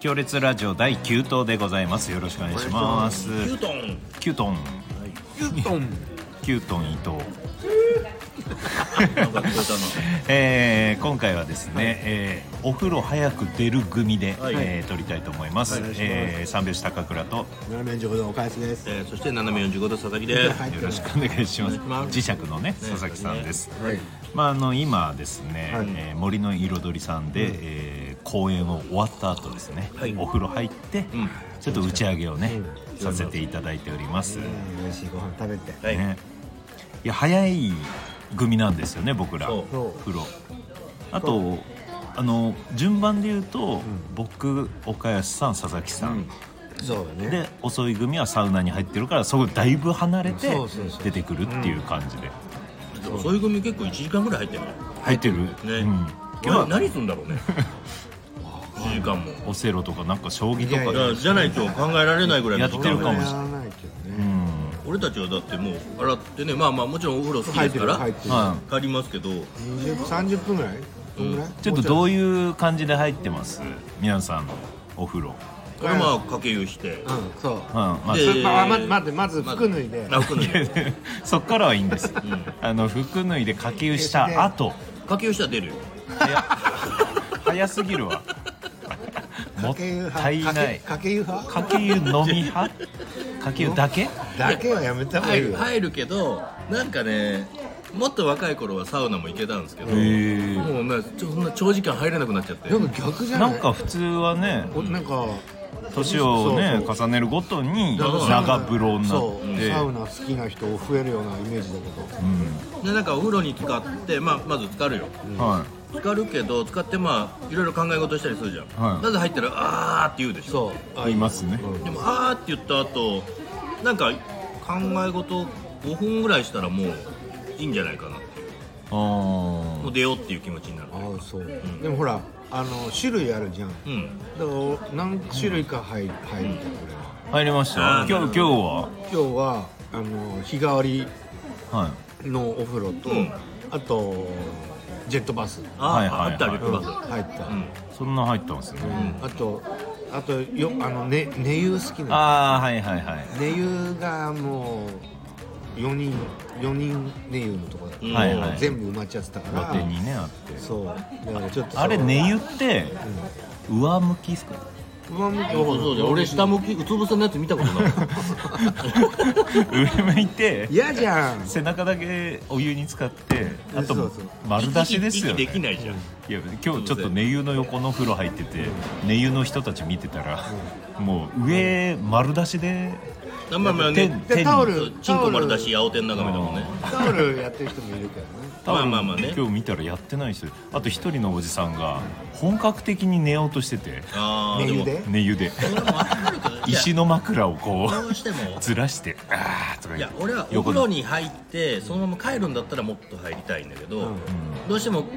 行列ラジオ第9棟でございますよろしくお願いしますキュートン9トンキュートン9トン伊藤なんか聞こえー今回はですね、えーお風呂早く出る組で、はいえー撮りたいと思います,、お願いしますえー三拍子高倉とよ斜め45度お返しですえーそして斜め45度佐々木です入ってろましすくお願いしますお願いします磁石のね佐々木さんです、はいまああの今ですね、はいえー森の彩りさんで、えー公演を終わった後ですね、はいお風呂入って、んちょっと打ち上げをね、させていただいております、うん美味しいご飯食べてはい、ね、いや早い組なんですよね僕らそうそう風呂あとあの順番で言うと、僕岡安さん佐々木さん、そうだねで遅い組はサウナに入ってるからそこだいぶ離れてそうそうそう出てくるっていう感じででもそういう組結構1時間ぐらい入ってるね入ってる、うん、今日今は日何するんだろうね1時間もオセロとかなんか将棋といやいかいややじゃないと考えられないぐらいのやってるかもしれないやらないけどね俺たちはだってもう洗ってねまあまあもちろんお風呂好き入でっすてかるら入ってるは借りますけど20 30分ぐらいどんぐらいい、ちょっとどういう感じで入ってます皆さんお風呂、うんこれまあ掛け湯してうんそうまあ、でまあま待ってまず服脱いであ服脱い でそ っからはいいんです、あの服脱いで掛け湯した後掛け湯したら出るよいや早すぎるわもっかけ湯派たいないかけかけ湯派かけ湯飲み派かけ湯だけだけはやめた方が入いいるよ入るけどなんかねもっと若い頃はサウナも行けたんですけどえもうねちょそんな長時間入れなくなっちゃってでも逆じゃなないんか普通はねおなんか年をねそう重ねるごとにそう長風呂になそうサっウナ好きな人増えるようなイメージだけどでなんかお風呂に浸かって、まあ、まず浸かるよては浸かるけど浸かってまあいろいろ考え事したりするじゃん、はいなぜ入ったら「あー」って言うでしょそういいますねでも「あー」って言った後なんか考え事5分ぐらいしたらもういいんじゃないかなっていうあーもう出ようっていう気持ちになるああそうでもほらあの種類あるじゃんうんだから何種類か入る入るんだよ俺は入りましたあー今日今日は今日はあの日替わりはいのお風呂とうんあとジェットバスあ、はいはいはあいったら言って入まっすたうんそんな入ったんですねあとあとよあのね寝湯好きなああはいはいはい寝湯がもう4人4人寝湯のとこだったうんはいはい全部埋まっちゃってたから手にねあってそうだからちょっとあれ寝湯湯って上向きですか 上向きそうそうそう俺下向きうつ伏せのやつ見たことない上向いて嫌じゃん背中だけお湯に使ってあとそうそう 丸出しですよ、息できね、ないじゃんいや今日ちょっと寝湯の横の風呂入ってて寝湯の人たち見てたらもう上丸出しであまあまあね手にでタオそうルチンコ丸出タし青天眺めだもんねオルタオルやってる人もいるからね多分まあまあまあね今日見たらやってない人あと一人のおじさんが本格的に寝ようとしててああ寝湯で寝湯で俺もあったかいけど 石の枕をこどううしてもずらしてあーとかい言っやて俺はお風呂に入ってそのまま帰るんだったらもっと入りたいんだけど、どうしてもあこ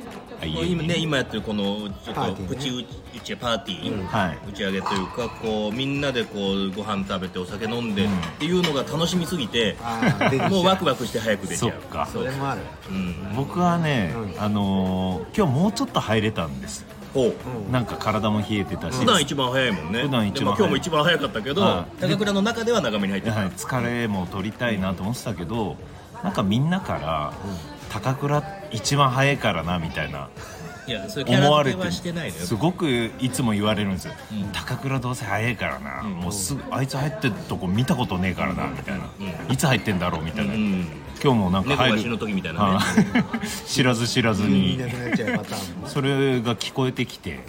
ういい今ね今やってるこのちょパーっとティーねプチ打ち打ちパーティー、はい打ち上げというかこうみんなでこうご飯食べてお酒飲んでっていうのが楽しみすぎて、あ あ出てきもうたワクワクして早く出ちゃうそっかそれもあるうん僕はね、あのー今日もうちょっと入れたんですほうなんか体も冷えてたし普段一番早いもんね普段一番早いでも今日も一番早かったけどはい高倉の中では長めに入ってた、、はい疲れも取りたいなと思ってたけどなんかみんなから「高倉一番早いからな」みたいないやそれキャ思ラわ付れけてはしてないのよすごくいつも言われるんですよ「高倉どうせ早いからなもうすぐあいつ入ってるとこ見たことねえからな」みたいな「いつ入ってんだろう」みたいなうん今日もなんか猫が入死ぬる時みたいなねはい 知らず知らずいになくなっちゃうパターンもそれが聞こえてきて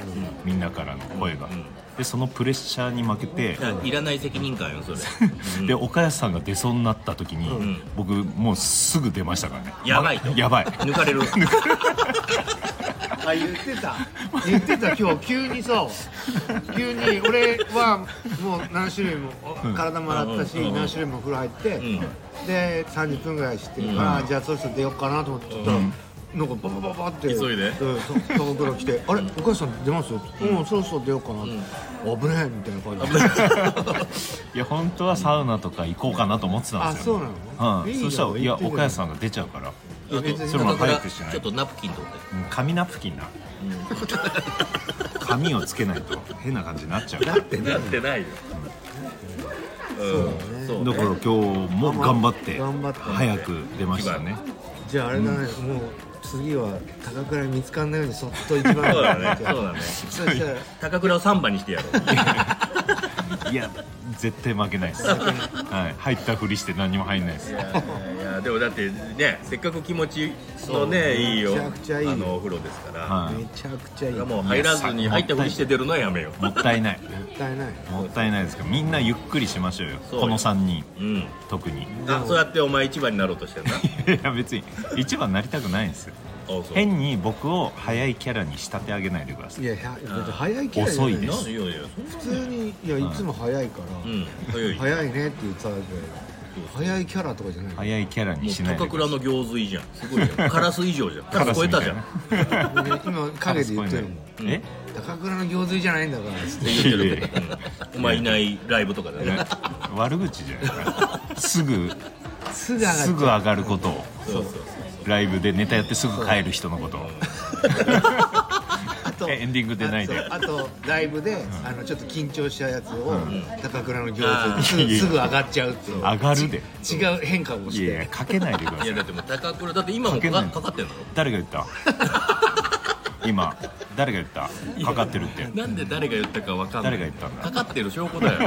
みんなからの声がでそのプレッシャーに負けていやいらない責任感よ それで岡安さんが出そうになった時に、僕もうすぐ出ましたからねやばいと やばい 抜かれるあ言ってた言ってた今日急にそう急に俺はもう何種類もお体も洗ったしうん何種類もお風呂入ってんで30分ぐらいしてああじゃあそろそろ出ようかなと思ってたらなんかババババって急いでうんそそこから来て「あれお母さん出ますよ」うんそろそろ出ようかな」危ねえ」みたいな感じでいや本当はサウナとか行こうかなと思ってたんですよ、あそうなのはいいいそよしたらいや行ってくれ岡安さんが出ちゃうからいや別にそれも高倉早くしないちょっとナプキンとってうん紙ナプキンな髪をつけないと変な感じになっちゃうだかてなってないようんそうらね今日も頑張って頑張って早く出ましたねじゃああれだね、もう次は高倉に見つかんないようにそっと一番そうだねそうだねそしたら高倉をサンバにしてやろういや絶対負けないです、はい、入ったふりして何も入んないですいやいやでもだってねせっかく気持ちのねいいよめちゃくちゃいいよあのお風呂ですから、はいめちゃくちゃいいももう入らずに入ったふりして出るのはやめよもったいないったいないもったいないですけどみんなゆっくりしましょうよそうよこの3人う、うん、特に いあそうやってお前一番になろうとしてるなあや別に一番なりたくないんですよそう変に僕を早いキャラに仕立て上げないでくださいいやいやだって早い気が遅いでなすいやいや普通にいやいつも早いから、そんなうん早い早いねって言ってただけで早いキャラとかじゃない早いキャラにしないもうで高くださ倉いの行水じゃんすごいじゃんカラス以上じゃんカラス超えたじゃん俺今陰で言ってるもんんえ高倉の行水じゃないんだからつって言ってるけどうんお前いないライブとかでね悪口じゃないからすぐすぐ上がっちゃうすぐ上がることをそうそうそうライブでネタやってすぐ帰る人のことをあとエンディングでないであとあとライブで、あのちょっと緊張したやつを、高倉の行あー水すぐすぐ上がっちゃうっていう上がるで違う変化をしいやいやてかけないでくださいいやだってもう高倉だって今もかけなかかいかかってんの誰が言った今誰が言ったかかってるってなんで誰が言ったかわかんない誰が言ったんだかかってる証拠だ よ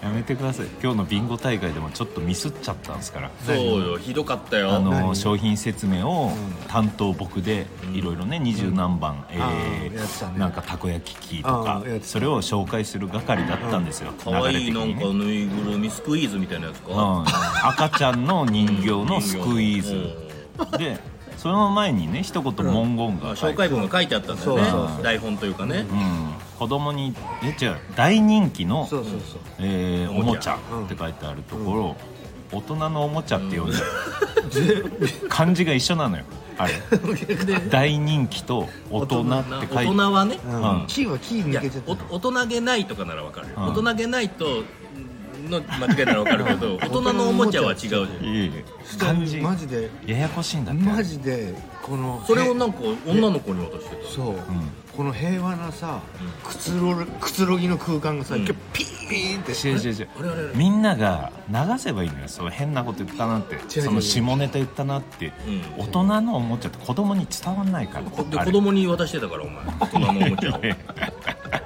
やめてください今日のビンゴ大会でもちょっとミスっちゃったんですからそうよひどかったよあの何商品説明を担当僕でいろいろね二十何番、えーあーやってたねなんかたこ焼き器とかあーやってたそれを紹介する係だったんですよ、可愛い流れ的なんにねかぬいぐるみスクイーズみたいなやつうかん、赤ちゃんの人形のスクイーズでその前にね一言文言あが書い紹て、介文が書いてあったんだよねそうそうそう台本というかねうん、子供にえ違う大人気のそうそうそうえーおおももちちゃゃって書いてあるところ、大人のおもちゃって呼んで、漢字が一緒なのよあれ大人気と大人って書大いて人はねうんうんキーはキーいや抜けてたお大人げないとかならわかるようん大人げないとの間違いならわかるけど大人のおもちゃは違うじゃんいえいえ漢字マジでややこしいんだってマジでこのそれをなんか女の子に渡してたそう、んこの平和なさ、くつろくつろぎの空間がさ、うんピーンって違う違う違うあれあれあれみんなが流せばいいのよその変なこと言ったなって違うその下ネタ言ったなって、う大人のおもちゃって子供に伝わんないからこであれ子供に渡してたからお前大人のおもち ゃを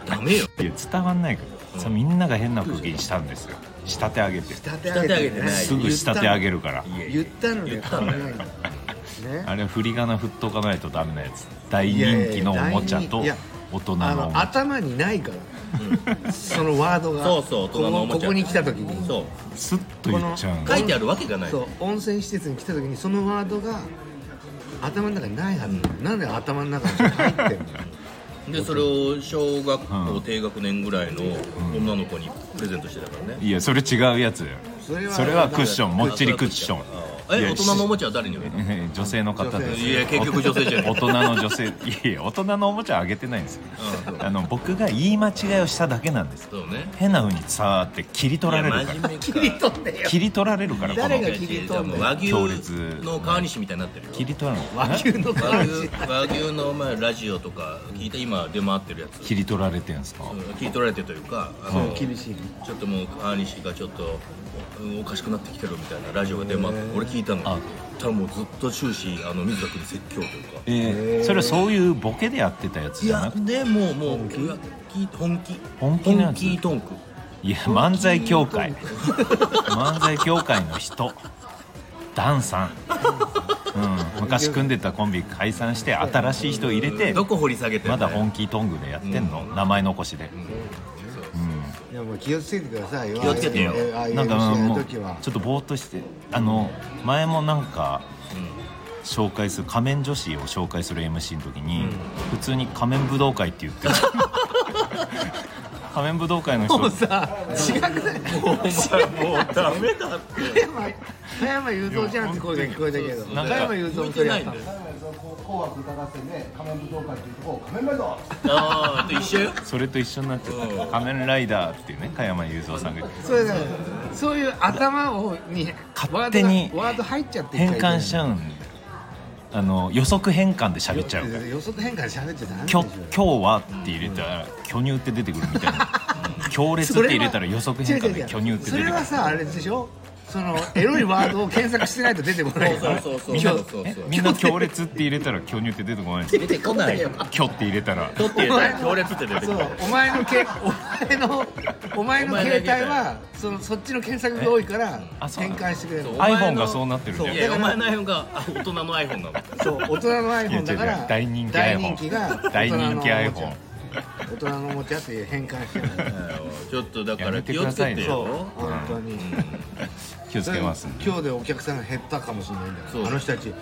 ダメよいや伝わんないから、そうみんなが変な空気にしたんですよ仕立て上げて仕立て上げて,、ね、すぐ仕立て上げるからいえいえ言ったのに言っ変たわのらないよんだねあれは振り仮名振っとかないとダメなやつ大人気のおもちゃといやいや大人あのおものちゃ頭にないからそのワードがそうそう大人のおもちゃここここに来た時にそスッと言っちゃうのう書いてあるわけがないそう温泉施設に来た時にそのワードが頭の中にないはずなのなんで頭の中に入ってるのでそれを小学校低学年ぐらいの女の子にプレゼントしてたからねいやそれ違うやつそれはそれはクッションもっちりクッショあンーいえや大人のおもちゃは誰に言うのし 女性の方で女す性いや結局女性じゃな大い人の女性いやいや大人のおもちゃあげてないんですようんあの僕が言い間違いをしただけなんですそうね変な風に伝わって切り取られるかいや真ら面目か切り取ってよ切り取られるからこの誰が切り取んのいやいや強もう和烈牛の川西みたいになってるよ切り取られる 和牛の和感じ牛和牛の前ラジオとか聞いて今出回ってるやつ切り取られてんすかうん聞い取られてというかあの厳しいちょっともう川西がちょっとうんおかしくなってきてるみたいなラジオが出回って俺聞いたのあただもうずっと終始あの水田君に説教というかえーそれはそういうボケでやってたやついじゃなやくてでももう本気本気本気なん本です気トンクいや漫才協会漫才協会の人ダンさん、うん、昔組んでたコンビ解散して新しい人入れてどこ掘り下げてんまよだ本気トングでやってんの名前残しで、いやもう気をつけてくださいよ気をつけてよああいうなんかああいう試合ものう時ちはょっとぼーっとしてあの前もなんか紹介する仮面女子を紹介する MC の時に、普通に仮面武道会って言ってる仮面武道会の人もうさ違くないお前もうダメだって加山加山雄三じゃんって声が聞こえたけどなんか加山雄三向もいそてれなやいんっただのよ紅白歌合戦で仮面舞踏会というとこを仮面ライダーああと一緒よそれと一緒になってた「仮面ライダー」っていうね加山雄三さんがそれだからそういう頭をに勝手にワードがワード入っちゃって変換しちうゃうんあの予測変換で喋っちゃうから予測変換で喋っちゃダメ「でしきょょ今日は」って入れたら「巨乳」って出てくるみた いな「強烈」って入れたら予測変換で「巨乳」って出てそくれるはさあれでしょそのエロいワードを検索してないと出てこないからそうそうみんそなうそうえみんな強烈って入れたら巨乳って出てこないんです出てこないよ巨って入れたら取ってやったら強烈って出てそくうるお前のけお前のお前の携帯はそのそっちの検索が多いからあそうな変の換してくれるそうのお前の iPhone がそうなってるんだよいやいやお前の iPhone があ大人の iPhone なのそう大人の iPhone だかいや違う違らう大人気大人気が iPhone 大人気 iPhone 大人のおもちゃっていう変換してる ちょっとだかやらめて気くをだつさけいてねそうよ本当に気をつけますんで今日でお客さんが減ったかもしれないんだそようあの人たちなん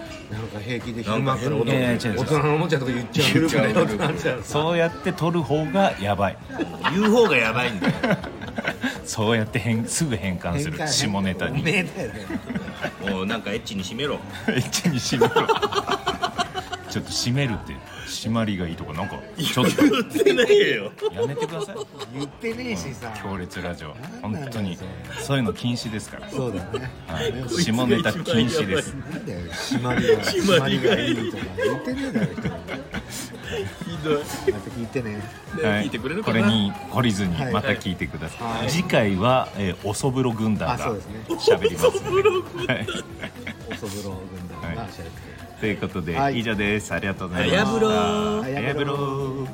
か平気で昼間からなんかいやい大や違う違う人のおもちゃとか言っちゃうグループだよってなっちゃうそうやって取る方がやばい言う方がやばいんだよそうやって変すぐ変換する下ネタに変換変換おめえだよねもうなんかエッチに締めろ一気に締めろちょっと締めるって締まりがいいとかなんかちょっと言ってないよやめてください言ってねえしさ強烈ラジオな本んだよ当にそういうの禁止ですから、そうだよねはい、下ネタ禁止ですなんだよ締まりが 締まりがいい締まりとか言ってねえだろ人にまひどいた聞いてねは聞いてくれるこかなれに懲りずにはいまた聞いてください、はい次回は、えー、おそぶろ軍団あそがうですね喋り ますね、はいおそぶろ軍団が喋ってということで、はい以上ですありがとうござあいやまぶしろたーあやぶろー